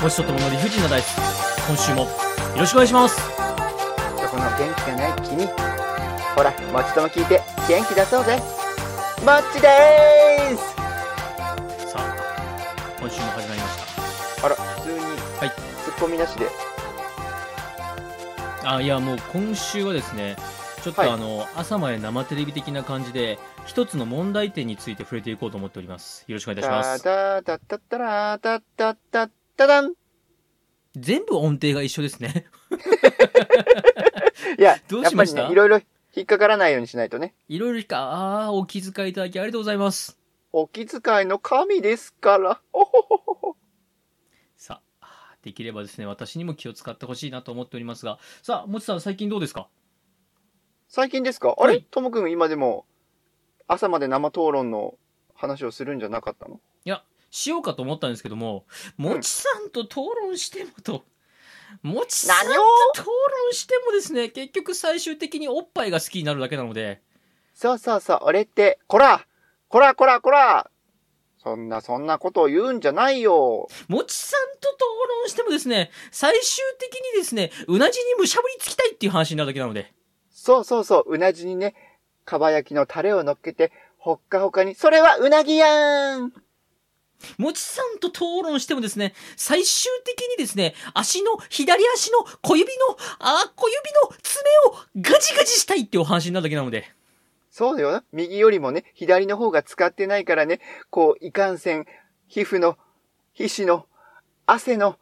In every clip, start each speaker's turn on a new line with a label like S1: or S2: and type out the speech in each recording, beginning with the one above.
S1: 星とともの理不尽なダイス今週もよろしくお願いします
S2: そこの元気がない君ほらもちとも聞いて元気出そうぜもっちでーす
S1: さあ今週も始まりまし
S2: あら普通に
S1: はい
S2: ツッコミなしで
S1: たあいやもう今週はですねちょっと
S2: はい
S1: あの、朝まで生テレビ的な感じで一つの問題点について触れていこうと思っておりますよろしくお願いいたします
S2: たたたたらたたたただんい
S1: 全部音程が一緒ですね
S2: や
S1: どうしました
S2: やっぱりねいろいろ引っかからないようにしないとね
S1: いろいろかああお気遣いいただきありがとうございます
S2: お気遣いの神ですからおほほほほ
S1: さあできればですね私にも気を使ってほしいなと思っておりますがさあもちさん最近どうですか
S2: 最近ですかあ
S1: は
S2: れ
S1: い
S2: ともくん今でも朝まで生討論の話をするんじゃなかったの
S1: いや、しようかと思ったんですけども、
S2: ん
S1: もちさんと討論してもと、もちさんと
S2: 何を
S1: 討論してもですね、結局最終的におっぱいが好きになるだけなので、
S2: さあさあさあ、あれって、こらこらこらこらそんなそんなことを言うんじゃないよ。
S1: もちさんと討論してもですね、最終的にですね、うなじにむしゃぶりつきたいっていう話になるだけなので、
S2: そうそうそう、うなじにね、かば焼きのタレを乗っけて、ほっかほかに、それはうなぎやん
S1: もちさんと討論してもですね、最終的にですね、足の、左足の小指の、あー小指の爪をガジガジしたいっていうお話になるだけなので、
S2: そうだよな。右よりもね、左の方が使ってないからね、こう、いかんせん、皮膚の、皮脂の、汗の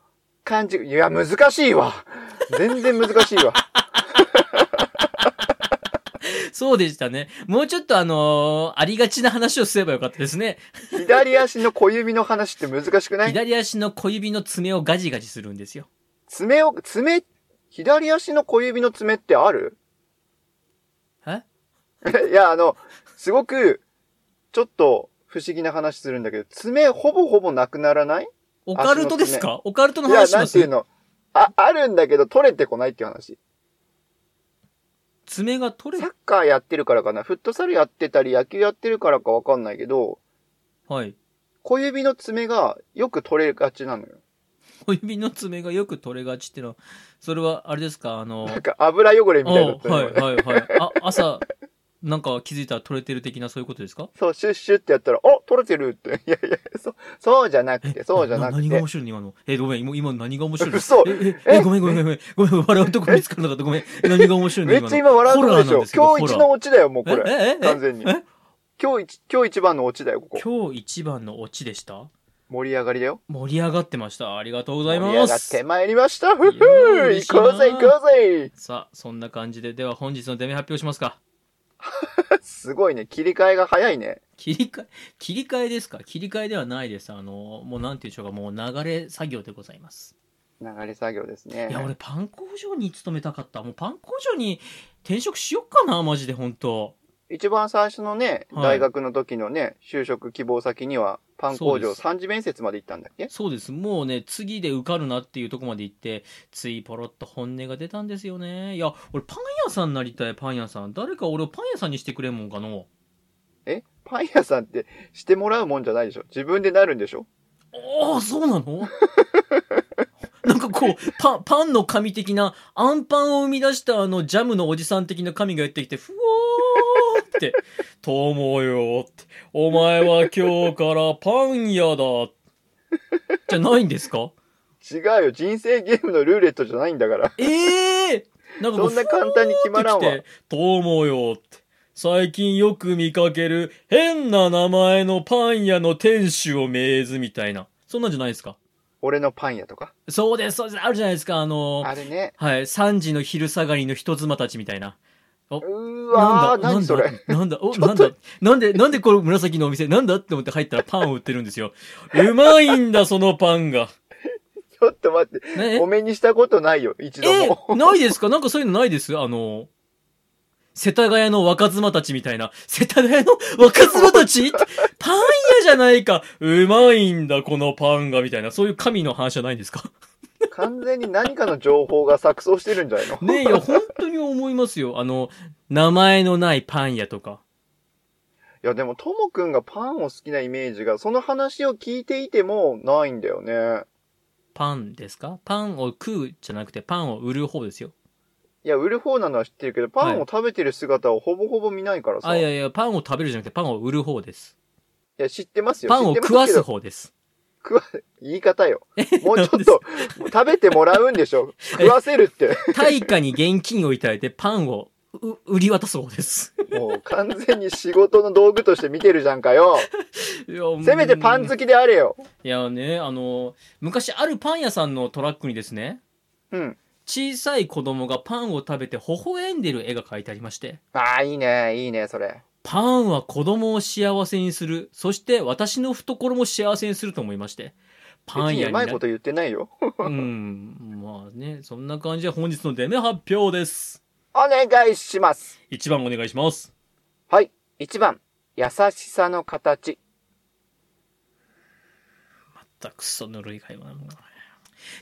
S2: 感じ、いや、難しいわ。全然難しいわ。
S1: そうでしたね。もうちょっとあのーありがちな話をすればよかったですね。
S2: 左足の小指の話って難しくない
S1: 左足の小指の爪をガジガジするんですよ。
S2: 爪を、爪、左足の小指の爪ってある
S1: え
S2: いや、あの、すごく、ちょっと不思議な話するんだけど、爪ほぼほぼなくならない
S1: オカルトです
S2: 足
S1: かオカルトの
S2: いや、
S1: 話し
S2: な
S1: ま
S2: んていう
S1: す
S2: の。あ、あるんだけど、取れてこないっていう話。
S1: 爪が取れ
S2: サッカーやってるからかな。フットサルやってたり、野球やってるからかわかんないけど、
S1: はい。
S2: 小指の爪がよく取れがちなのよ。
S1: 小指の爪がよく取れがちっていうのは、それはあれですかあの
S2: なんか油汚れみ
S1: あ
S2: たいになってる
S1: は
S2: の
S1: い
S2: よ
S1: はいはい。あ、朝、なんか気づいたら取れてる的なそういうことですか
S2: そう、シュッシュってやったら、お取れてるって。いやいや、そ、そうじゃなくて、そうじゃなく
S1: 何が面
S2: て。
S1: 白いの今の。え、ごめん、今今の何が面白いの
S2: 嘘
S1: え、え、えごめんごめんごめん。ごめん、笑うとこ見つからなかった。ごめん。何が面白いの
S2: めっ
S1: 今の。
S2: ちゃ今笑うとこで
S1: ホ
S2: し
S1: ラーなん
S2: ょ。
S1: すけど
S2: 今日一のオチだよ、もうこ
S1: え
S2: れ。
S1: えええ
S2: 完全に
S1: え
S2: 今日一、今日一番のオチだよ、ここ。
S1: 今日一番のオチでした
S2: 盛り上がりだよ。
S1: 盛り上がってましたありがとうござ
S2: 盛
S1: い
S2: り上
S1: ま
S2: がっ
S1: す
S2: てまいりました。ふふ
S1: いやー嬉しい
S2: 行
S1: な
S2: こうぜ、行こうぜ。
S1: さあそんな感じででは本日のデメ発表しますか
S2: すごいね、切り替えが早いね。
S1: 切り替え切り替えですか切り替えではないですあのもうなんていうんでしょうかもう流れ作業でございます
S2: 流れ作業ですね。
S1: いや俺パン工場に勤めたかったもうパン工場に転職しよっかなマジで本当
S2: 一番最初のね、
S1: はい
S2: 大学の時のね、就職希望先には、パン工
S1: そう
S2: 場
S1: です
S2: 三次面接まで行ったんだっけ
S1: そうですもうね次で受かるなっていうとこまで行ってついポロッと本音が出たんですよねいや俺パン屋さんになりたいパン屋さん誰か俺をパン屋さんにしてくれんもんかの
S2: えパン屋さんってしてもらうもんじゃないでしょ自分でなるんでしょ
S1: ああ、そうなの なんかこう、パン、パンの神的な、アンパンを生み出したあの、ジャムのおじさん的な神がやってきて、ふおーって、ともよって、お前は今日からパン屋だ。じゃないんですか
S2: 違うよ。人生ゲームのルーレットじゃないんだ から。
S1: ええー、なんかこ、
S2: そうんな簡単に決まらんわ。
S1: てともよって、最近よく見かける変な名前のパン屋の店主を命ずみたいな。そんなんじゃないですか
S2: 俺のパン屋とか。
S1: そうです、そうです。あるじゃないですか、あのー
S2: あれね。
S1: はい、3時の昼下がりの人妻たちみたいな。
S2: うーわー、何それ。
S1: なんだ、お、
S2: ちょっと
S1: なんだ、なんで、なんでこの紫のお店、なんだって思って入ったらパンを売ってるんですよ。うまいんだ、そのパンが。
S2: ちょっと待って。
S1: ね
S2: お目にしたことないよ。一度
S1: え、
S2: も。
S1: ないですかなんかそういうのないですあの、世田谷の若妻たちみたいな。世田谷 の若妻たちパン屋じゃないか。うまいんだ、このパンが、みたいな。そういう神の話じゃないんですか
S2: 完全に何かの情報が錯綜してるんじゃないの
S1: ねえ、いや、本当に思いますよ。あの、名前のないパン屋とか。
S2: いやでも、ともくんがパンを好きなイメージが、その話を聞いていてもないんだよね。
S1: パンですかパンを食うじゃなくてパンを売る方ですよ。
S2: いや、売る方なのは知ってるけど、パンを食べてる姿をほぼほぼ見ないからさ。
S1: あ、い
S2: い
S1: やいや、パンを食べるじゃなくてパンを売る方です。
S2: や、知ってますよ。
S1: パンを
S2: 知って
S1: 食わ
S2: ます
S1: す
S2: けど
S1: 方です。
S2: 食わ、言い 方よ。もうちょ
S1: なん
S2: っ
S1: です
S2: と、 食べてもらうんでしょ。食わせるって。
S1: 対価に現金をいただいてパンをう売り渡す方です。
S2: もう完全に仕事の道具として見てるじゃんかよ。 せ
S1: せ
S2: めてパン
S1: き
S2: 好きであれよ。
S1: いやね、あの、昔あるパン屋さんのトラックにですね、
S2: うん。
S1: 小さい子供がパンを食べて微笑んでる絵が描いてありまして、
S2: ああ、いいね、いいね、それ。
S1: パンは子供を幸せにする。そして私の懐も幸せにすると思いまして。パ
S2: 別
S1: ン
S2: に
S1: 屋
S2: う
S1: に
S2: ま
S1: ない
S2: こと言ってないよ。
S1: うん。まあね、そんな感じで本日の出目発表です。
S2: お願いします。
S1: 1番お願いします。
S2: はい。1番、優しさの形。
S1: またクソぬるい会話なの。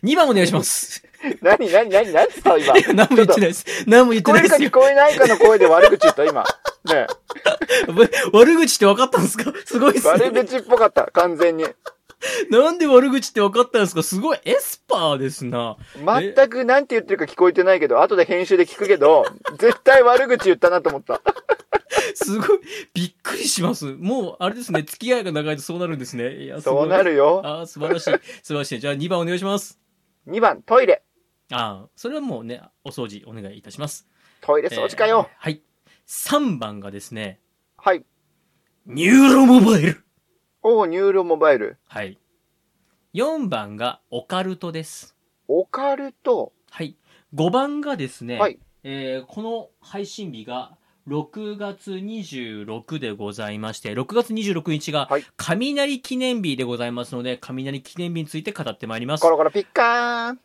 S1: 2番お願いします。
S2: 何、何、何、何ですか、今。
S1: 何も言って ないです。何も言っ
S2: 聞
S1: て
S2: こ
S1: ない
S2: え
S1: で
S2: るか
S1: す
S2: 聞
S1: よ。
S2: こえないかの声で悪口言った、今。ね
S1: 悪口って分かったんですかす ごいっす
S2: 悪
S1: ね。
S2: 口っぽかった、完全に。
S1: なんで悪口って分かったんですかすごいエスパーですな。
S2: 全くなんて言ってるか聞こえてないけど、後で編集で聞くけど、絶対悪口言ったなと思った。
S1: すごい、びっくりします。もう、あれですね、付き合いが長いと そうなるんですね。いや、すご
S2: そ
S1: いう
S2: なるよ。
S1: あー素晴らしい。素晴らしい。じゃあ2番お願いします。
S2: 2番、トイレ。
S1: ああ、それはもうね、お掃除お願いいたします。
S2: トイレ掃除かよ。
S1: えーはい。3番がですね、
S2: はい。
S1: ニューロモバイル。
S2: おう、ニューロモバイル。
S1: はい。4番がオカルトです。
S2: オカルト。
S1: はい。5番がですね、
S2: はい
S1: えーこの配信日が6月26でございまして、6月26日が
S2: はい
S1: 雷記念日でございますので、雷記念日について語ってまいります
S2: コ。ロコロピッカーン。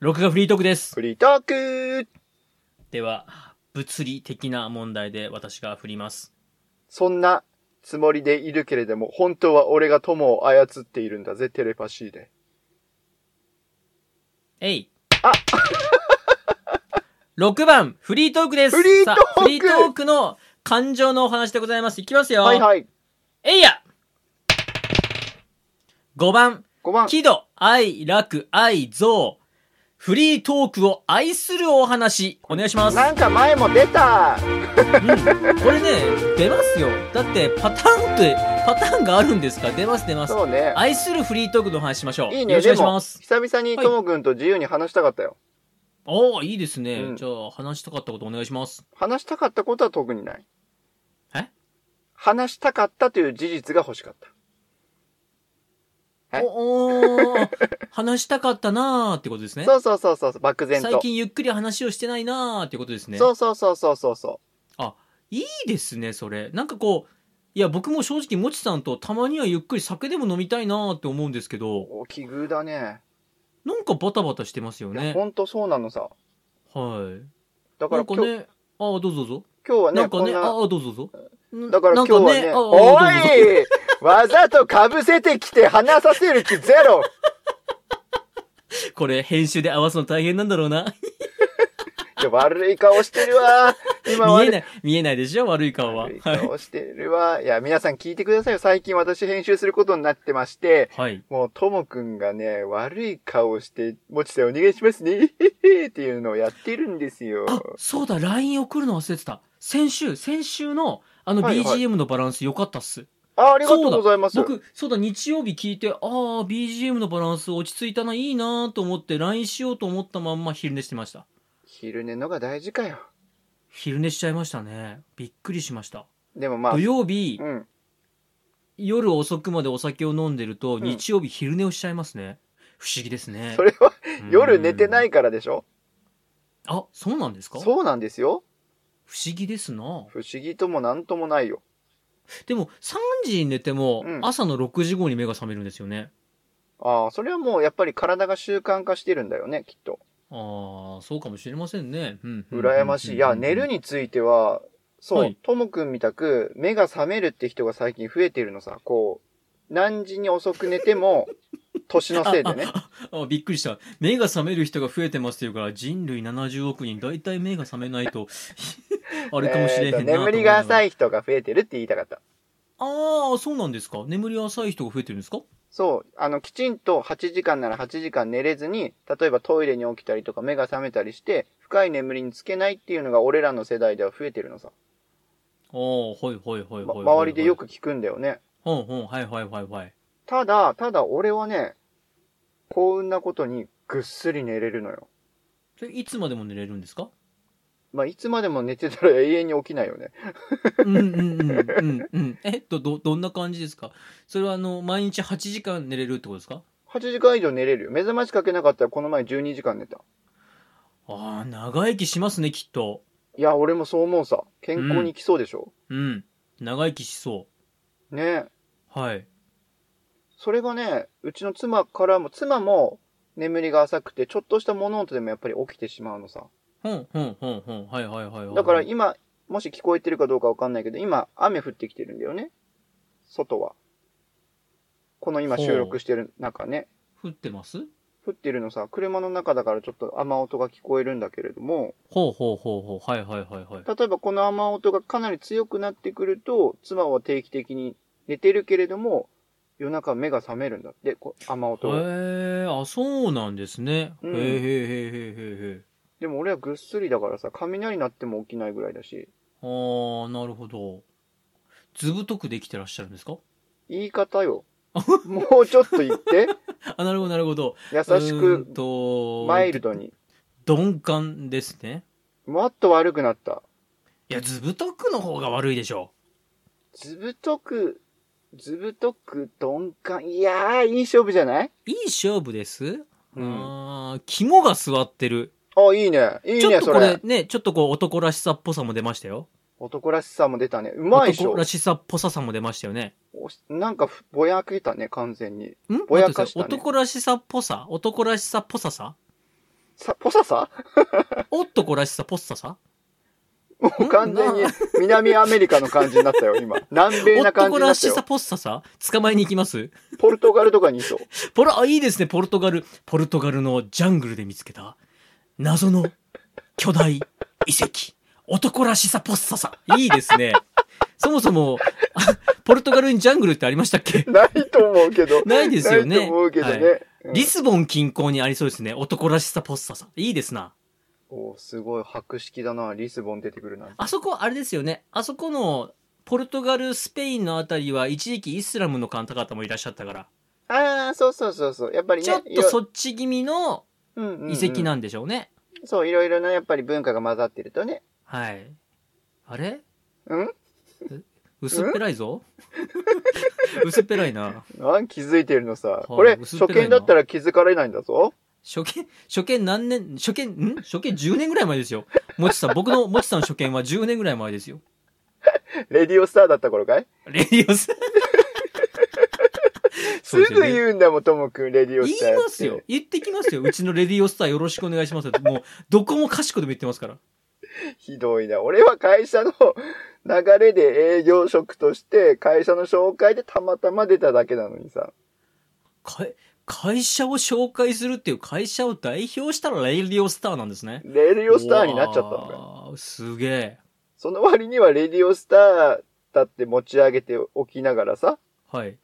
S1: 録画フリートークです。
S2: フリートークー。
S1: では、物理的な問題で私が振ります。
S2: そんなつもりでいるけれども、本当は俺が友を操っているんだぜ、テレパシーで。
S1: えい。6番、フリートークです。
S2: フリートーク
S1: さあフリートークの感情のお話でございます。いきますよ。
S2: はいはい。
S1: えいや !5 番、
S2: 5番。
S1: 喜怒、愛、楽、愛、憎。フリートークを愛するお話、お願いします。
S2: なんか前も出た。
S1: これね、出ますよ。だって、パターンって、パターンがあるんですか出ます出ます。
S2: そうね。
S1: 愛するフリートークのお話しましょう。
S2: いい
S1: よ
S2: ね。
S1: ろしくお願
S2: で
S1: いし
S2: も、
S1: ます。
S2: 久々にともくんと自由に話したかったよ。
S1: おおいいですね、
S2: うん
S1: じゃあ、話したかったことお願いします。
S2: 話したかったことは特にない。
S1: え
S2: 話したかったという事実が欲しかった。はい
S1: お おー話したかったなーってことですね。
S2: そうそうそうそう、漠然と。
S1: 最近ゆっくり話をしてないなーってことですね。
S2: そうそうそうそうそうそ
S1: いいですね、それ。なんかこう、いや、僕も正直、もちさんとたまにはゆっくり酒でも飲みたいなーって思うんですけ
S2: う。
S1: ど、
S2: お、奇遇だね。
S1: なんかバタバタしてますよ
S2: いや
S1: ね。
S2: ほんとそうなのさ。
S1: はい。
S2: だか
S1: な
S2: ら
S1: んか
S2: 今日、
S1: ね、ああ、どうぞどうぞ。
S2: 今日はね、
S1: なんか
S2: こん
S1: ね、あ
S2: な、
S1: あ、どうぞどうぞ。
S2: だから今日はね、
S1: なんかああどうぞどう
S2: お
S1: ぞ
S2: いわざと被せてきて話させる気ゼロ
S1: これ、編集で合わすの大変なんだろうな。
S2: いや悪い顔してるわ。今
S1: 見え
S2: 悪
S1: ない、見えないでしょ悪い顔は。
S2: 悪い
S1: はい。
S2: 顔してるわ。いや、皆さん聞いてくださいよ。最近私編集することになってまして、
S1: はい。
S2: もうともくんがね、悪い顔して、もちさんお願いしますね、 へへへっていうのをやってるんですよ。
S1: あ、そうだ、LINE 送るの忘れてた。先週、先週の、あの
S2: はいはい
S1: BGM のバランス良かったっす。
S2: あ、ありがとうございます。
S1: 僕、そうだ、日曜日聞いて、ああ、BGM のバランス落ち着いたな、いいなと思って、LINE しようと思ったまんま昼寝してました。
S2: 昼寝のが大事かよ。
S1: 昼寝しちゃいましたね。びっくりしました。
S2: でもまあ
S1: 土、曜日
S2: う、ん。
S1: 夜遅くまでお酒を飲んでると、
S2: ん
S1: 日曜日昼寝をしちゃいますね。不思議ですね
S2: そ。れは
S1: うん
S2: 夜寝てないからでしょ
S1: あ、そうなんですか不
S2: そうなんですよ。
S1: 思議ですな
S2: 不思議ともなんともないよ。
S1: でも、3時に寝ても
S2: う、ん
S1: 朝の6時後に目が覚めるんですよね。
S2: ああ、それはもうやっぱり体が習慣化してるんだよね、きっと。
S1: ああ、そうかもしれませんね。うん。
S2: 羨ましい。いや、寝る
S1: に。
S2: については、そ
S1: は
S2: う
S1: い、
S2: ともくんみたく、目が覚めるって人が最近増えてるのさ。こう、何時に遅く寝ても、年のせいでね。
S1: あびっくりした。目が覚める人が増えてますっていうから、人類70億人、大体目が覚めないと、 あれかもしれへんな
S2: えーと眠りが浅
S1: い。
S2: い人が増えてるって言いたかった。
S1: ああ、そうなんですか。眠りが浅い人が増えてるんですか
S2: そう、あの、きちんと8時間なら8時間寝れずに、例えばトイレに起きたりとか目が覚めたりして、深い眠りにつけないっていうのが俺らの世代では増えてるのさ。
S1: おおほいほいほいほい
S2: ま
S1: ほい
S2: 周りでよく聞くんだよね。
S1: ほんほんはいはいはいはい
S2: ただ、ただ俺はね、幸運なことにぐっすり寝れるのよ。
S1: それいつまでも寝れるんですか
S2: まあ、いつまでも寝てたら永遠に起きないよね。
S1: うんうんうんうんうん えっとどどんな感じですかそれはあの毎日8時間寝れるってことですか
S2: 8時間以上寝れるよ。目覚ましかけなかったらこの前12時間寝た。
S1: ああ長生きしますねきっと
S2: いや、俺もそう思うさ。健康に来そうでしょ、
S1: うん長生きしそ
S2: ねえ。
S1: うはい
S2: それがね、うちの妻からも、妻も眠りが浅くて、ちょっとした物音でもやっぱり起きてしまうのさ。
S1: ほんほんほんほんはいはいはいはい
S2: だから今、もし聞こえてるかどうかわかんないけど、今、雨降ってきてるんだよね。外は。この今
S1: ほう
S2: 収録してる中ね。
S1: 降ってます
S2: 降ってるのさ、車の中だからちょっと雨音が聞こえるんだけれども、
S1: ほうほうほうほうはいはいはいはい
S2: 例えばこの雨音がかなり強くなってくると、妻は定期的に寝てるけれども、夜中目が覚めるんだって、こう雨音が。
S1: へえあそうなんですね、
S2: うん
S1: へえへえへえへえへえ
S2: でも俺はぐっすりだからさ、雷鳴っても起きないぐらいだし、
S1: あーなるほど図太くできてらっしゃるんですか
S2: 言い 方よ。もうちょっと言って、
S1: あなるほどなるほど
S2: 優し
S1: うー
S2: く
S1: ん、と
S2: マイルドに。
S1: 鈍感ですね
S2: もっと悪くなった。
S1: いや図太くの方が悪いでしょ
S2: ずぶとく、ずぶとく、鈍感。いやー、いい勝負じゃないう
S1: いい勝負です、
S2: うん。あ、
S1: あー肝が座ってる
S2: いいね。いい
S1: ちょ
S2: ね、
S1: っと
S2: そ
S1: これ
S2: れ。
S1: ねちょっとこう男らしさっぽさも出ましたよ
S2: 男らしさも出たね。うまいでしょ
S1: 男ら。しさっぽささも出ましたよね
S2: おしなんかふ、ぼやけたね、完全に。
S1: ん
S2: ぼやかしたね
S1: 待ってください男らしさっぽさ男らしさっぽささ
S2: さ、ぽささ
S1: 男らしさぽっささ
S2: もう完全に南アメリカの感じになったよ、今。南米な感じ
S1: 男
S2: に
S1: ら
S2: なった
S1: しさ
S2: よ。
S1: ぽっささ捕まえに行きます
S2: ポルトガルとかにいそう。
S1: ポル、あ、いいですね、ポルトガル。ポルトガルのジャングルで見つけた、謎の巨大遺跡。男らしさポッサさ。いいですね。そもそも、 あポルトガルにジャングルってありましたっけ
S2: ないと思うけど。
S1: ないですよね
S2: ないと思うけどね。
S1: は
S2: うん
S1: リスボン近郊にありそうですね。男らしさポッサさ。いいですな。
S2: おーすごい白色だな。リスボン出てくるな。
S1: あそこ、あれですよね。あそこの、ポルトガル、スペインのあたりは一時期イスラムの方々もいらっしゃったから、
S2: ああ、そうそうそうそう。やっぱりね。
S1: ちょっ
S2: い
S1: と
S2: ろ
S1: そっち気味の
S2: うんうんうん
S1: 遺跡なんでしょうね。
S2: そう、いろいろなやっぱり文化が混ざってるとね。
S1: はい。あれ
S2: うん
S1: 薄っぺらいぞ。薄っぺらいな。
S2: なん気づいてるのさ。
S1: い
S2: これ、
S1: 薄っ
S2: 初
S1: ぺらいな
S2: 見だったら気づかれないんだぞ。
S1: 初見、初見何年、初見、ん初見10年ぐらい前ですよ。もちさん、僕のもちさんの初見は10年ぐらい前ですよ。
S2: レディオスターだった頃かい
S1: レディ オス。
S2: すぐ
S1: う。
S2: 言うんだもん、ともくん、レディオ
S1: 言い
S2: スターって。
S1: ますよ。。言ってきますよ。うちのレディオスターよろしくお願いしますよ。もう、どこもかしこでも言ってますから。
S2: ひどいな。俺は会社の流れで営業職として、会社の紹介でたまたま出ただけなのにさ。
S1: かい会社を紹介するっていう会社を代表したらレディオスターなんですね。
S2: レディオスターになっちゃったのかよ。
S1: のか。すげえ。
S2: その割にはレディオスターだって持ち上げておきながらさ、
S1: はい。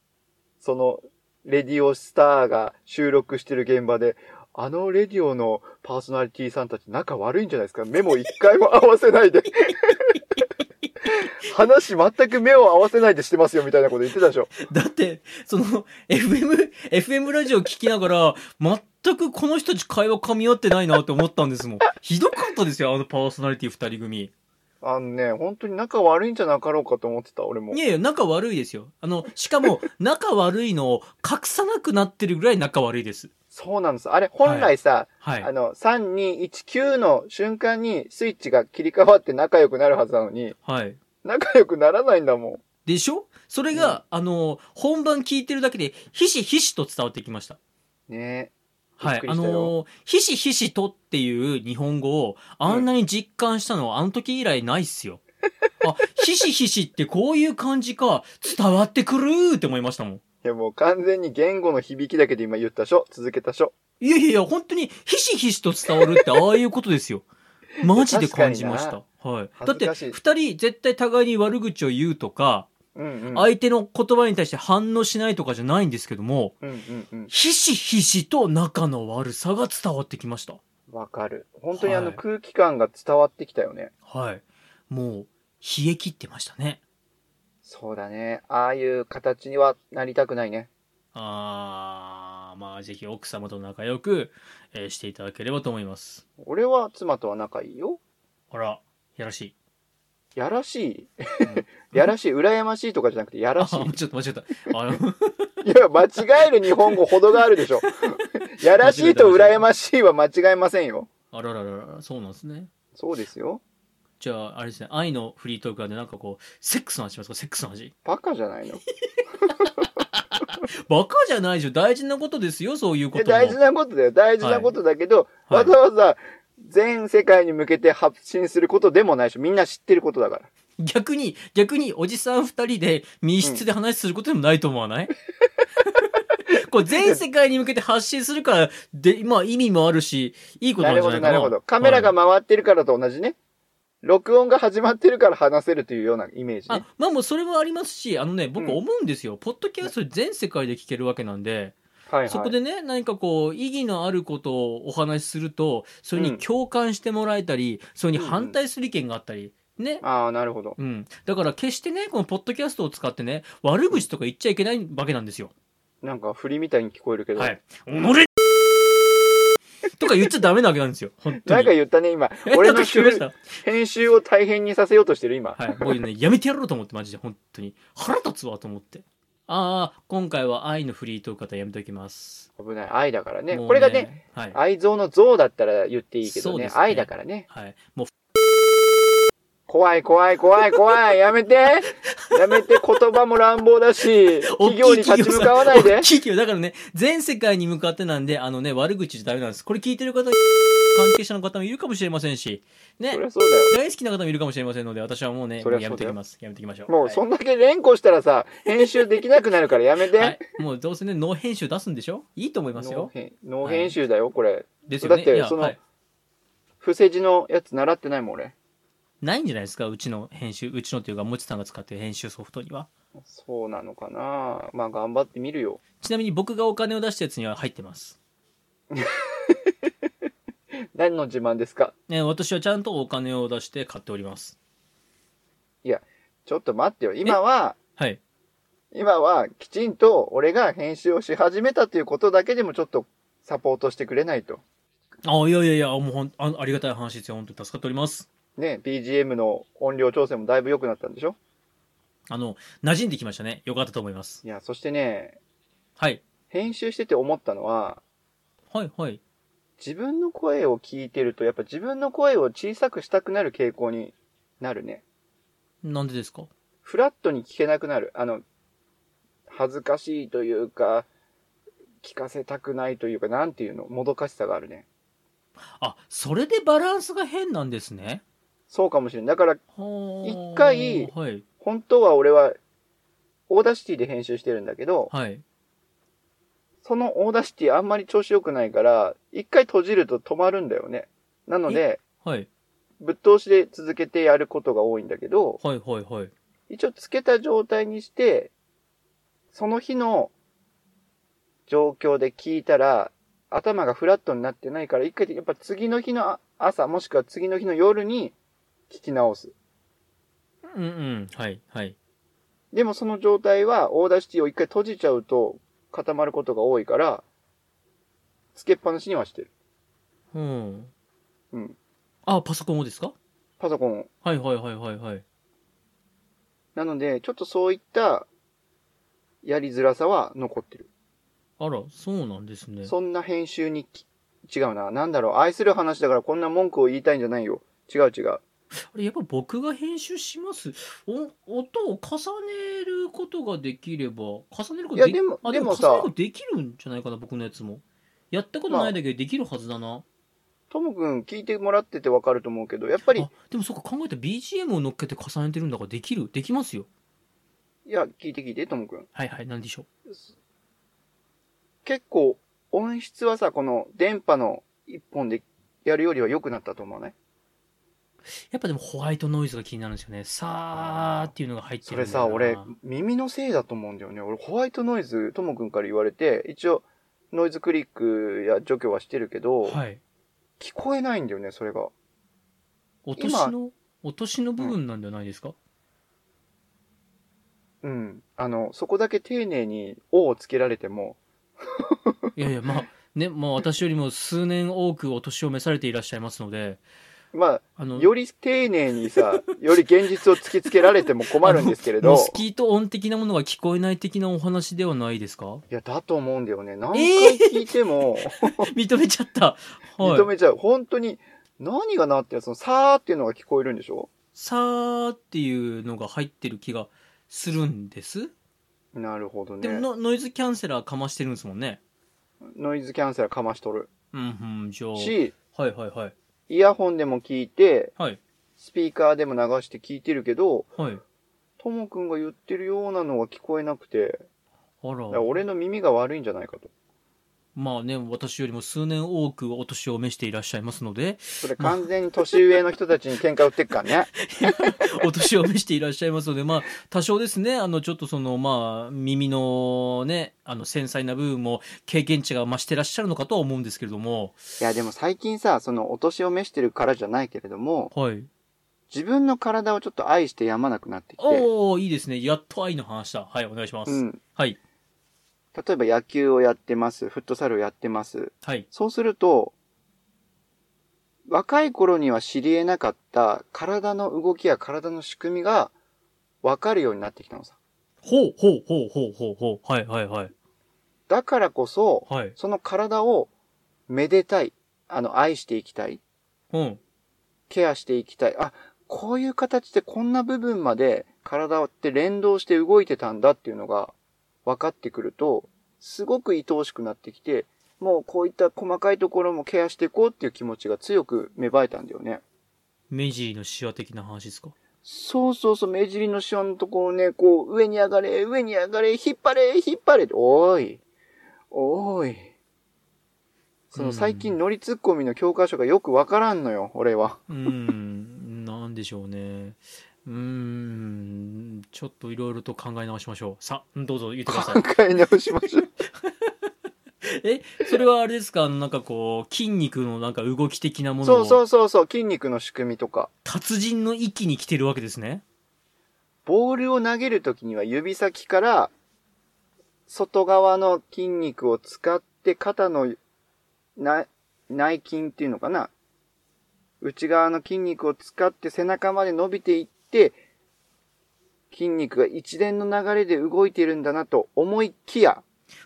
S2: そのレディオスターが収録してる現場で、あのレディオのパーソナリティさんたち仲悪いんじゃないですか目も一回も合わせない で。話全く目を合わせないでしてますよみたいなこと言ってたでしょ。
S1: だって、その、FM、FM ラジオ聞きながら、全くこの人たち会話噛み合ってないなって思ったんですもん。ひどかったですよ、あのパーソナリティ二人組。
S2: あのね、本当に仲悪いんじゃなかろうかと思ってた、俺も
S1: い。やいや、仲悪いですよ。あの、しかも、仲悪いのを隠さなくなってるぐらい仲悪いです。
S2: そうなんです。あれ、本来さ、
S1: はい
S2: あ。の、3219の瞬間にスイッチが切り替わって仲良くなるはずなのに、
S1: はい。
S2: 仲良くならないんだもん。
S1: でしょそれが、あの、本番聞いてるだけで、ひしひしと伝わってきました。
S2: ね
S1: は
S2: び
S1: い
S2: っ。く
S1: あ
S2: りしたよ
S1: の、ひしひしとっていう日本語をあんなに実感したのはあの時以来ないっすよ。あ、ひしひしってこういう感じか、伝わってくるーって思いましたもん。
S2: いやもう完全に言語の響きだけで今言ったしょ続けたしょ
S1: いやいやいや、本当にひしひしと伝わるってああいうことです よ。マジで感じました。はい。だっ
S2: 恥ず
S1: て、
S2: かしい
S1: 二人絶対互いに悪口を言うとか、
S2: うんうん。
S1: 相手の言葉に対して反応しないとかじゃないんですけども、
S2: うんうんうん。
S1: ひしひしと仲の悪さが伝わってきました。
S2: わかる。本当にあの
S1: はい
S2: 空気感が伝わってきたよね。
S1: はい。もう、冷え切ってましたね。
S2: そうだね。ああいう形にはなりたくないね。
S1: あー、まあぜひ奥様と仲良く、えーしていただければと思います。
S2: 俺は妻とは仲いいよ。
S1: あら、やらしい。
S2: やらしい。
S1: うん
S2: やらしい。羨ましいとかじゃなくて、やら
S1: あ、
S2: しい。
S1: ちょっと間違った。あの、
S2: いや、間違える日本語ほどがある でしょ。やらしいと羨ましいは間違えませんよ。
S1: あらららら、そうなんですね。
S2: そうですよ。
S1: じゃあ、あれですね、愛のフリートークなんで、なんかこう、セックスの話しますか、セックスの話。
S2: バカじ ゃないの。い
S1: バカじゃないでしょ、大事なことですよ、そういうこ
S2: や
S1: とも。
S2: 大事なことだよ。大事なことだけど、
S1: はい
S2: わざわざ全世界に向けて発信することでもないし、みんな知ってることだから。
S1: 逆に、逆に、おじさん二人で密室で話することでもないと思わ ない、これ全世界に向けて発信するから、で、まあ意味もあるし、いいことな
S2: な
S1: ん
S2: る
S1: じゃない
S2: ほど、
S1: かな。
S2: なるほど。カメラが
S1: はい
S2: 回ってるからと同じね。録音が始まってるから話せるというようなイメージね
S1: あ。まあもうそれはありますし、あのね、僕
S2: うん
S1: 思うんですよ。ポッドキャスト全世界で聞けるわけなんで、
S2: はいはい。
S1: そこでね、何かこう、意義のあることをお話しすると、それに共感してもらえたり、それに反対する意見があったり、ね。
S2: ああ、なるほど。
S1: うん。だから決してね、このポッドキャストを使ってね、悪口とか言っちゃいけないわけなんですよ。
S2: なんか振りみたいに聞こえるけど。
S1: はい。 己とか言っちゃダメなわけなんですよ。本当
S2: なん
S1: に
S2: か。言った ね、今
S1: え。
S2: 俺
S1: なんか
S2: の
S1: 聞こえまし
S2: 収
S1: た
S2: 編集を大変にさせようとしてる、今。
S1: はい。もうね、やめてやろうと思って、マジで、本当に。腹立つわと思って。ああ、今回は愛のフリートーク方やめときます。
S2: 危ない。愛だからね。
S1: もう
S2: これがね、、
S1: はい。
S2: 愛憎の憎だったら言っていいけ
S1: そ
S2: ど
S1: う
S2: ね。
S1: ですね
S2: 愛だからね。
S1: はい。もう、
S2: 怖い怖い怖い怖い。やめて。やめて。言葉も乱暴だし、企業に立ち向かわないで
S1: 大。きい企業だからね、全世界に向かってなんで、あのね、悪口じゃダメなんです。これ聞いてる方、関係者の方もいるかもしれませんし、ね
S2: そり、ゃそうだよ。
S1: 大好きな方もいるかもしれませんので、私はもうね、
S2: そ
S1: も
S2: り
S1: う
S2: ゃ
S1: や
S2: そ
S1: め
S2: う
S1: て
S2: だ
S1: お
S2: よ
S1: きます。やめておきましょう。
S2: もう
S1: はい
S2: そんだけ連呼したらさ、編集できなくなるからやめて。
S1: はい、もうどうせね、ノー編集出すんでしょいいと思います
S2: ノ
S1: よ
S2: ー。編ノー編集だよ、これ。
S1: ですよね。
S2: だって
S1: いや
S2: その
S1: はい
S2: 伏せ字のやつ習ってないもん、俺。
S1: ないんじゃないですか、うちの編集、うちのっていうか、もちさんが使ってる編集ソフトには。
S2: そうなのかなまあ頑張ってみるよ。
S1: ちなみに僕がお金を出したやつには入ってます。
S2: 何の自慢ですか
S1: ね、私はちゃんとお金を出して買っております。
S2: ちょっと待ってよ。今は、
S1: はい。
S2: 今はきちんと俺が編集をし始めたということだけでもちょっとサポートしてくれないと。
S1: あ、いやいやいや、もうほんあありがたい話ですよ。本当に助かっております。
S2: ね、BGM の音量調整もだいぶ良くなったんでしょ
S1: あの、馴染んできましたね。よかったと思います。
S2: いや、そしてね、
S1: はい。
S2: 編集してて思ったのは、
S1: はい、はい。
S2: 自分の声を聞いてると、やっぱ自分の声を小さくしたくなる傾向になるね。
S1: なんでですか
S2: フラットに聞けなくなる。あの、恥ずかしいというか、聞かせたくないというか、なんていうの、もどかしさがあるね。
S1: あ、それでバランスが変なんですね。
S2: そうかもしれん。だから、
S1: 一
S2: 一回
S1: はい。
S2: 本当は俺は、オーダーシティで編集してるんだけど、
S1: はい。
S2: そのオーダーシティあんまり調子良くないから、一回閉じると止まるんだよね。なので、
S1: はい。
S2: ぶっ通しで続けてやることが多いんだけど、
S1: はい、はい、はい。
S2: 一応つけた状態にして、その日の状況で聞いたら、頭がフラットになってないから、一回やっぱ次の日の朝、もしくは次の日の夜に聞き直す。
S1: うんうん。はい、はい。
S2: でもその状態は、オーダーシティを一回閉じちゃうと固まることが多いから、つけっぱなしにはしてる。
S1: うん。
S2: うん。
S1: あ、パソコンをですか
S2: パソコンを。
S1: はい、はい、はい、はい、はい。
S2: なので、ちょっとそういった、やりづらさは残ってる。
S1: あら、そうなんですね。
S2: そんな編集にき、違うな。なんだろう。愛する話だからこんな文句を言いたいんじゃないよ。違う違う。
S1: あれ、やっぱ僕が編集します。お、音を重ねることができれば、重ねること
S2: いや、
S1: でき
S2: でも、
S1: あ、
S2: で
S1: でも
S2: も
S1: 重ねる
S2: さ
S1: こ、とできるんじゃないかな、僕のやつも。やったことないだけでできるはずだな。
S2: ともくん聞いてもらっててわかると思うけど、やっぱり、
S1: あ、でもそっか考えたら BGM を乗っけて重ねてるんだからできる、できますよ。
S2: いや、聞いて聞いて、ともくん。
S1: はいはい、なんでしょう。
S2: 結構、音質はさ、この電波の一本でやるよりは良くなったと思わない
S1: やっぱでもホワイトノイズが気になるんですよね。さーっていうのが入って
S2: そ
S1: る
S2: れ
S1: んだよ
S2: さ、
S1: な
S2: 俺、耳のせいだと思うんだよね。俺、ホワイトノイズ、ともくんから言われて、一応、ノイズクリックや除去はしてるけど、
S1: はい。
S2: 聞こえないんだよね、それが。
S1: 落としの、落としの部分なんじゃないですか、
S2: うん。あの、そこだけ丁寧に、O をつけられても、
S1: いやいや、 まあ、ね、まあ私よりも数年多くお年を召されていらっしゃいますので、
S2: ま
S1: あ
S2: あ、
S1: の、
S2: より丁寧 にさ、より現実を突きつけられても困るんですけれ
S1: あの
S2: ど
S1: モ、スキート音的なものが聞こえない的なお話ではないですか
S2: いや、だと思うんだよね。何
S1: え
S2: 回聞い ても、
S1: 認めちゃった。
S2: 認
S1: はい。
S2: めちゃう。本当に、何がなって、その、さーっていうのが聞こえるんでしょ
S1: さーっていうのが入ってる気がするんです。
S2: なるほど
S1: でも
S2: ね。
S1: ノノイズキャンセラーかましてるんですもんね。
S2: ノイズキャンセラーかましとる。
S1: うん、うん、じゃあ。
S2: し、
S1: はいはいはい。
S2: イヤホンでも聞いて、
S1: はい。
S2: スピーカーでも流して聞いてるけど、
S1: はい。
S2: ともくんが言ってるようなのが聞こえなくて、
S1: あ
S2: だ
S1: ら
S2: から。俺の耳が悪いんじゃないかと。
S1: まあね、私よりも数年多くお年を召していらっしゃいますので、
S2: それ完全に年上の人たちに喧嘩売ってっからね。
S1: お年を召していらっしゃいますので、まあ、多少ですね、あの、ちょっとその、まあ、耳のね、あの、繊細な部分も経験値が増してらっしゃるのかとは思うんですけれども、
S2: いやでも最近さ、そのお年を召してるからじゃないけれども、
S1: はい。
S2: 自分の体をちょっと愛してやまなくなってきて、
S1: おー、いいですね。やっと愛の話だ。はい、お願いします。
S2: うん。
S1: はい。
S2: 例えば野球をやってます、フットサルをやってます。
S1: はい。
S2: そうすると、若い頃には知り得なかった体の動きや体の仕組みが分かるようになってきたのさ。
S1: ほう、ほう、ほう、ほう、ほう、ほう。はい、はい、はい。
S2: だからこそ、
S1: はい。
S2: その体をめでたい。あの、愛していきたい。
S1: うん。
S2: ケアしていきたい。あ、こういう形でこんな部分まで体って連動して動いてたんだっていうのが分かってくると、すごく愛おしくなってきて、もうこういった細かいところもケアしていこうっていう気持ちが強く芽生えたんだよね。
S1: 目尻のシワ的な話ですか
S2: そうそうそう、目尻のシワのところをね、こう、上に上がれ、上に上がれ、引っ張れ、引っ張れ、おーい、おーい。その最近乗りツッコミの教科書がよくわからんのよ、俺は。
S1: うーん、 なんでしょうね。うーん、ちょっといろいろと考え直しましょう。さ、どうぞ言ってくださ
S2: 考
S1: い。
S2: え直しましょう。
S1: え、それはあれですかあの、なんかこう、筋肉のなんか動き的なもの
S2: そうそ
S1: を、
S2: うそうそう、筋肉の仕組みとか。
S1: 達人の域に来てるわけですね。
S2: ボールを投げるときには指先から、外側の筋肉を使って肩のな内筋っていうのかな内側の筋肉を使って背中まで伸びていって、筋肉が一連の流れで動いているんだなと思いきや、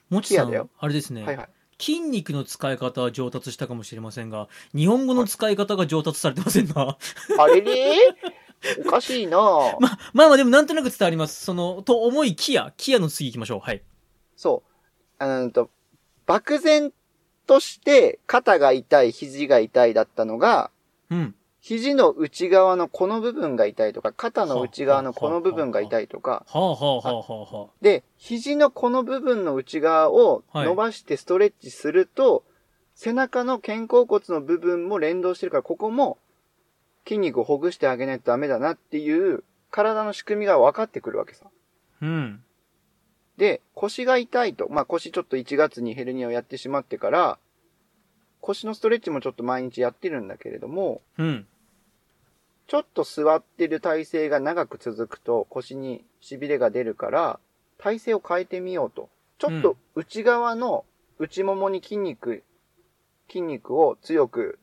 S1: もちさ
S2: いやだよ
S1: ん、あれですね、
S2: はいはい。
S1: 筋肉の使い方は上達したかもしれませんが、日本語の使い方が上達されてませんな。
S2: あれれ おかしいな ぁ。
S1: ま、まあまあでもなんとなく伝わります。その、と思いきや、キヤの次行きましょう。はい。
S2: そう。あのと、漠然として肩が痛い、肘が痛いだったのが、
S1: うん。
S2: 肘の内側のこの部分が痛いとか、肩の内側のこの部分が痛いとか、
S1: はあはあはあはあはあ。
S2: で、肘のこの部分の内側を
S1: はい
S2: 伸ばしてストレッチすると、背中の肩甲骨の部分も連動してるから、ここも筋肉をほぐしてあげないとダメだなっていう体の仕組みが分かってくるわけさ。
S1: うん。
S2: で、腰が痛いと、まあ腰ちょっと1月にヘルニアをやってしまってから、腰のストレッチもちょっと毎日やってるんだけれども、
S1: うん。
S2: ちょっと座ってる体勢が長く続くと腰に痺れが出るから、体勢を変えてみようと。ちょっと内側の内ももに筋肉、筋肉を強く、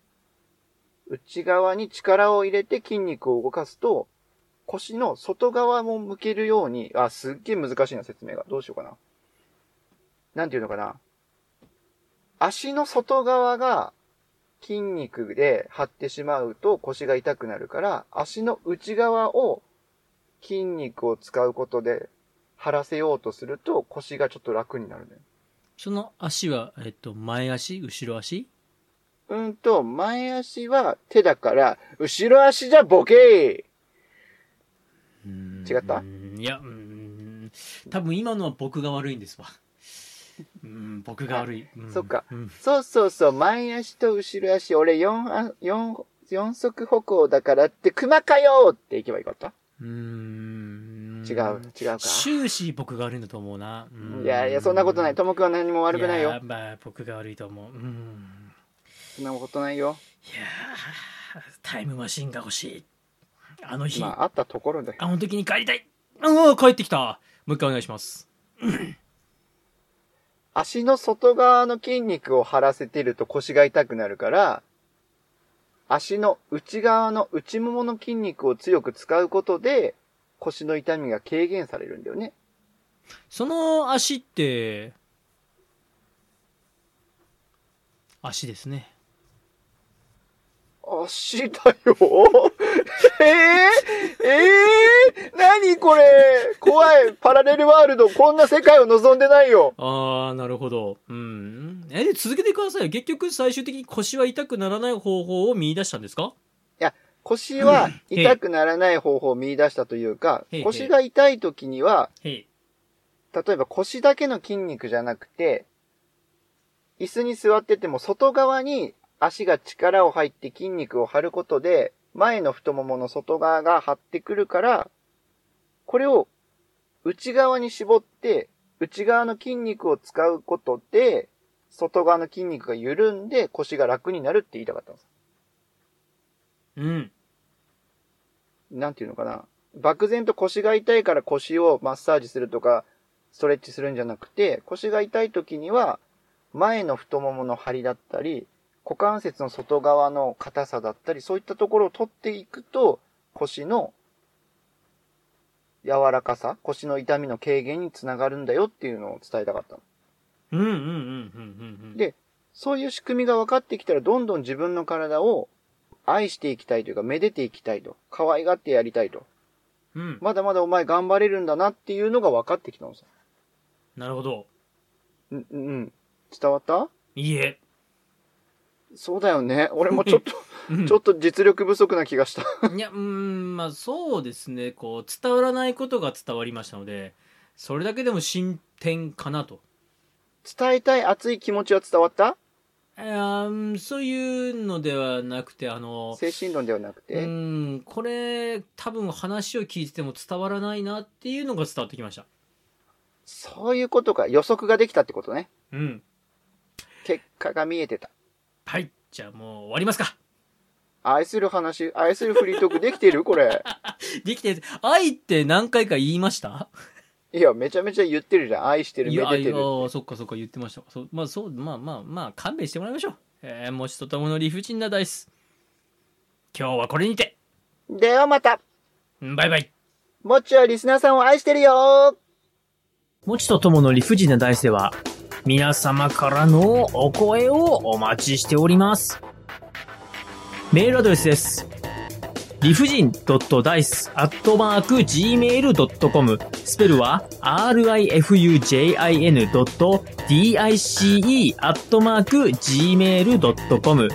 S2: 内側に力を入れて筋肉を動かすと、腰の外側も向けるように、あ、すっげえ難しいな説明が。どうしようかな。なんていうのかな。足の外側が筋肉で張ってしまうと腰が痛くなるから、足の内側を筋肉を使うことで張らせようとすると腰がちょっと楽になるね。
S1: その足は、えっと、前足後ろ足
S2: うんと、前足は手だから、後ろ足じゃボケ
S1: 違
S2: 違った
S1: いや、うーん多分今のは僕が悪いんですわ。 うーん、僕が悪い。うん
S2: そっか
S1: うん
S2: そうそうそう、前足と後ろ足、俺4、4四足歩行だからって、熊かよって行けばよかった
S1: うーん。
S2: 違う、違うか。
S1: 終始僕が悪いんだと思うな。うん
S2: いやいや、そんなことない。ともくんは何も悪くない
S1: や
S2: よ。
S1: まあ、僕が悪いと思う。うん。
S2: そんなことないよ。
S1: いやータイムマシンが欲しい。あの日、
S2: まあ、あったところで。
S1: あの時に帰りたい。うん、帰ってきた。もう一回お願いします。
S2: 足の外側の筋肉を張らせてると腰が痛くなるから、足の内側の内ももの筋肉を強く使うことで、腰の痛みが軽減されるんだよね。
S1: その足って、足ですね。
S2: 足だよ ええええ何これ怖いパラレルワールドこんな世界を望んでないよ
S1: ああ、なるほど。うん。え、で続けてくださいよ。結局、最終的に腰は痛くならない方法を見出したんですか
S2: 腰は痛くならない方法を見出したというか
S1: へいへい、
S2: 腰が痛い時には、
S1: へい。
S2: 例えば腰だけの筋肉じゃなくて、椅子に座ってても外側に足が力を入って筋肉を張ることで、前の太ももの外側が張ってくるから、これを内側に絞って、内側の筋肉を使うことで、外側の筋肉が緩んで腰が楽になるって言いたかったんです。
S1: うん。
S2: なんていうのかな。漠然と腰が痛いから腰をマッサージするとか、ストレッチするんじゃなくて、腰が痛い時には、前の太ももの張りだったり、股関節の外側の硬さだったり、そういったところを取っていくと、腰の柔らかさ、腰の痛みの軽減につながるんだよっていうのを伝えたかったの。
S1: うんうんうんうんうんうん。
S2: でそういう仕組みが分かってきたら、どんどん自分の体を愛していきたいというか、めでていきたいと、可愛がってやりたいと。
S1: うん。
S2: まだまだお前頑張れるんだなっていうのが分かってきたのさ。
S1: なるほど。
S2: うん、うんうん。伝わった
S1: いいえ。
S2: そうだよね。 俺もちょっと、
S1: うん
S2: ちょっと実力不足な気がした。
S1: いや、うーん、まあそうですね。こう、伝わらないことが伝わりましたので、それだけでも進展かなと。
S2: 伝えたい熱い気持ちは伝わった
S1: いやーうんそういうのではなくて、あの、
S2: 精神論ではなく
S1: う
S2: て。
S1: ーん、これ、多分話を聞いてても伝わらないなっていうのが伝わってきました。
S2: そういうことか。予測ができたってことね。
S1: うん。
S2: 結果が見えてた。
S1: はい。じゃあもう終わりますか。
S2: 愛する話、愛するフリートークできてるこれ。
S1: できて、愛って何回か言いました
S2: いや、めちゃめちゃ言ってるじゃん。愛してる、
S1: い
S2: め
S1: や、
S2: でて
S1: いや
S2: る。
S1: そっかそっか言ってました。そう、まあそう、まあまあまあ、勘弁してもらいましょう。えー、もしとたもの理不尽なダイス。今日はこれにて。
S2: ではまた
S1: バイバイ。
S2: もっちはリスナーさんを愛してるよ
S1: もちとともの理不尽な大世は、皆様からのお声をお待ちしております。メールアドレスです。理不尽 d i c e g m a i l c o m スペルは rifujin.dice g m a i l c o m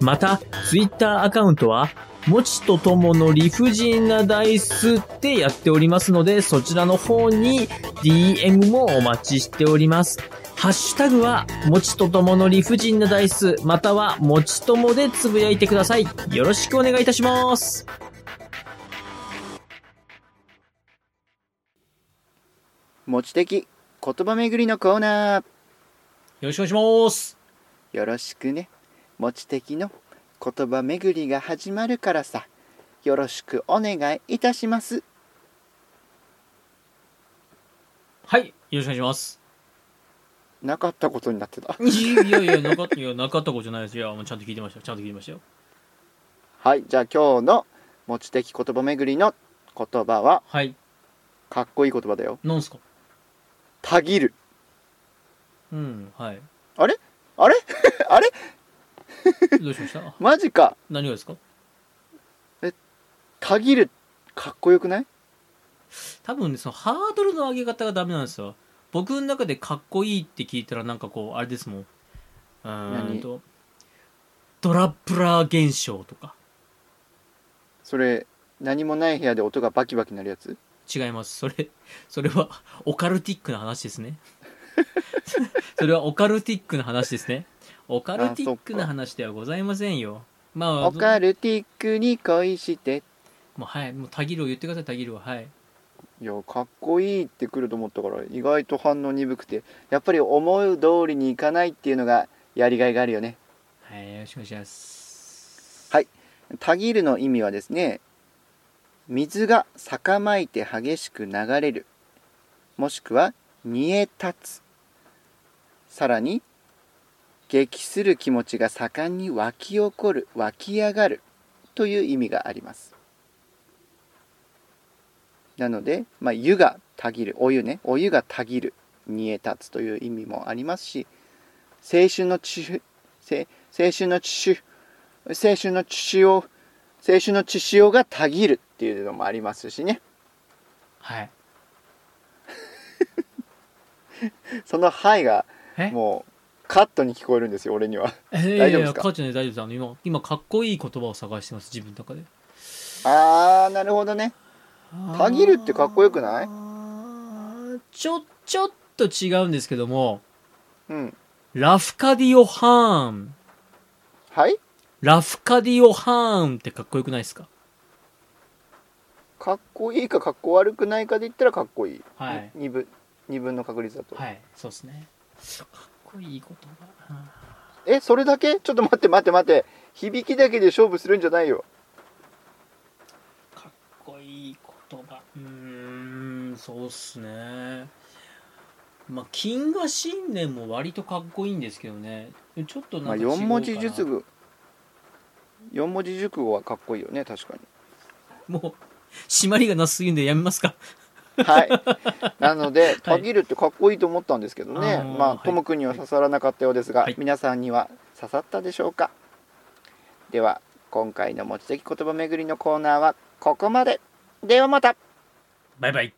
S1: また、ツイッターアカウントは、もちとともの理不尽なダイスってやっておりますので、そちらの方に DM もお待ちしております。ハッシュタグは、もちとともの理不尽なダイス、または、もちともでつぶやいてください。よろしくお願いいたします。
S2: 持ち的言葉巡りのコーナー。
S1: よろしくお願いします。
S2: よろしくね。持ち的の言葉巡りが始まるからさ。よろしくお願いいたします。
S1: はい、よろしくお願いします。
S2: なかったことになってた。
S1: いやいや、なかった、いや、なかったことじゃないですよ。いやもうちゃんと聞いてましたよ。ちゃんと聞いてましたよ。
S2: はい、じゃあ今日の持ち的言葉巡りの言葉は、
S1: はい、
S2: かっこいい言葉だよ。
S1: なんすか
S2: たぎる。
S1: うん、はい。
S2: あれ あれ
S1: どうしました
S2: マジか。
S1: 何がですか
S2: たぎる。かっこよくない
S1: 多分ねそのハードルの上げ方がダメなんですよ僕の中でかっこいいって聞いたらなんかこうあれですもんうーんとドラプラー現象とか
S2: それ、何もない部屋で音がバキバキなるやつ
S1: 違いますそれそれは オカルティックな話ですね それはオカルティックな話ですねオカルティックな話ではございませんよまあ
S2: オカルティックに恋して。
S1: もうはいもうたぎるを言ってくださいたぎるははい
S2: いや、かっこいいって来ると思ったから、意外と反応鈍くて、やっぱり思う通りにいかないっていうのが、やりがいがあるよね。
S1: はいよろしくお願いします
S2: はいたぎるの意味はですね、水が逆まいて激しく流れる。もしくは、煮え立つ。さらに、激する気持ちが盛んに湧き起こる、湧き上がるという意味があります。なので、まあ、湯がたぎる、お湯ね、お湯がたぎる、煮え立つという意味もありますし、青春の血、せ青春の血、青春の血潮、青春の血潮がたぎるっていうのもありますしね。
S1: はい
S2: そのはいが
S1: え
S2: もうカットに聞こえるんですよ、俺には。
S1: えー、いや
S2: 大
S1: い
S2: 丈夫
S1: や
S2: ですか
S1: 母ちゃんね大丈夫ですあの今今かっこいい言葉を探してます自分の中で
S2: あー、なるほどね。たぎるってかっこよくない
S1: あーちょちょっと違うんですけども
S2: うん。
S1: ラフカディオハーン
S2: はい
S1: ラフカディオハーンってかっこよくないですか
S2: かっこいいかかっこ悪くないかで言ったらかっこいい。
S1: はい
S2: 二分、二分の確率だと。
S1: はいそうですねかっこいい言葉うん
S2: え、それだけちょっと待って待って待って。響きだけで勝負するんじゃないよ。
S1: かっこいい言葉うーんそうっすねまあ金河新年も割とかっこいいんですけどねちょっと
S2: ま
S1: な
S2: あ、
S1: んか違うかな、
S2: 4文字熟語。4文字熟語はかっこいいよね、確かに。
S1: もう締まりがなすすぎるんでやめますか
S2: はい。なので、たぎるってかっこいいと思ったんですけどね。
S1: あー
S2: ま
S1: は
S2: あ、
S1: い
S2: ともくんには刺さらなかったようですが、
S1: はい
S2: 皆さんには刺さったでしょうか。では、今回の持ち的言葉巡りのコーナーはここまで。ではまた。
S1: バイバイ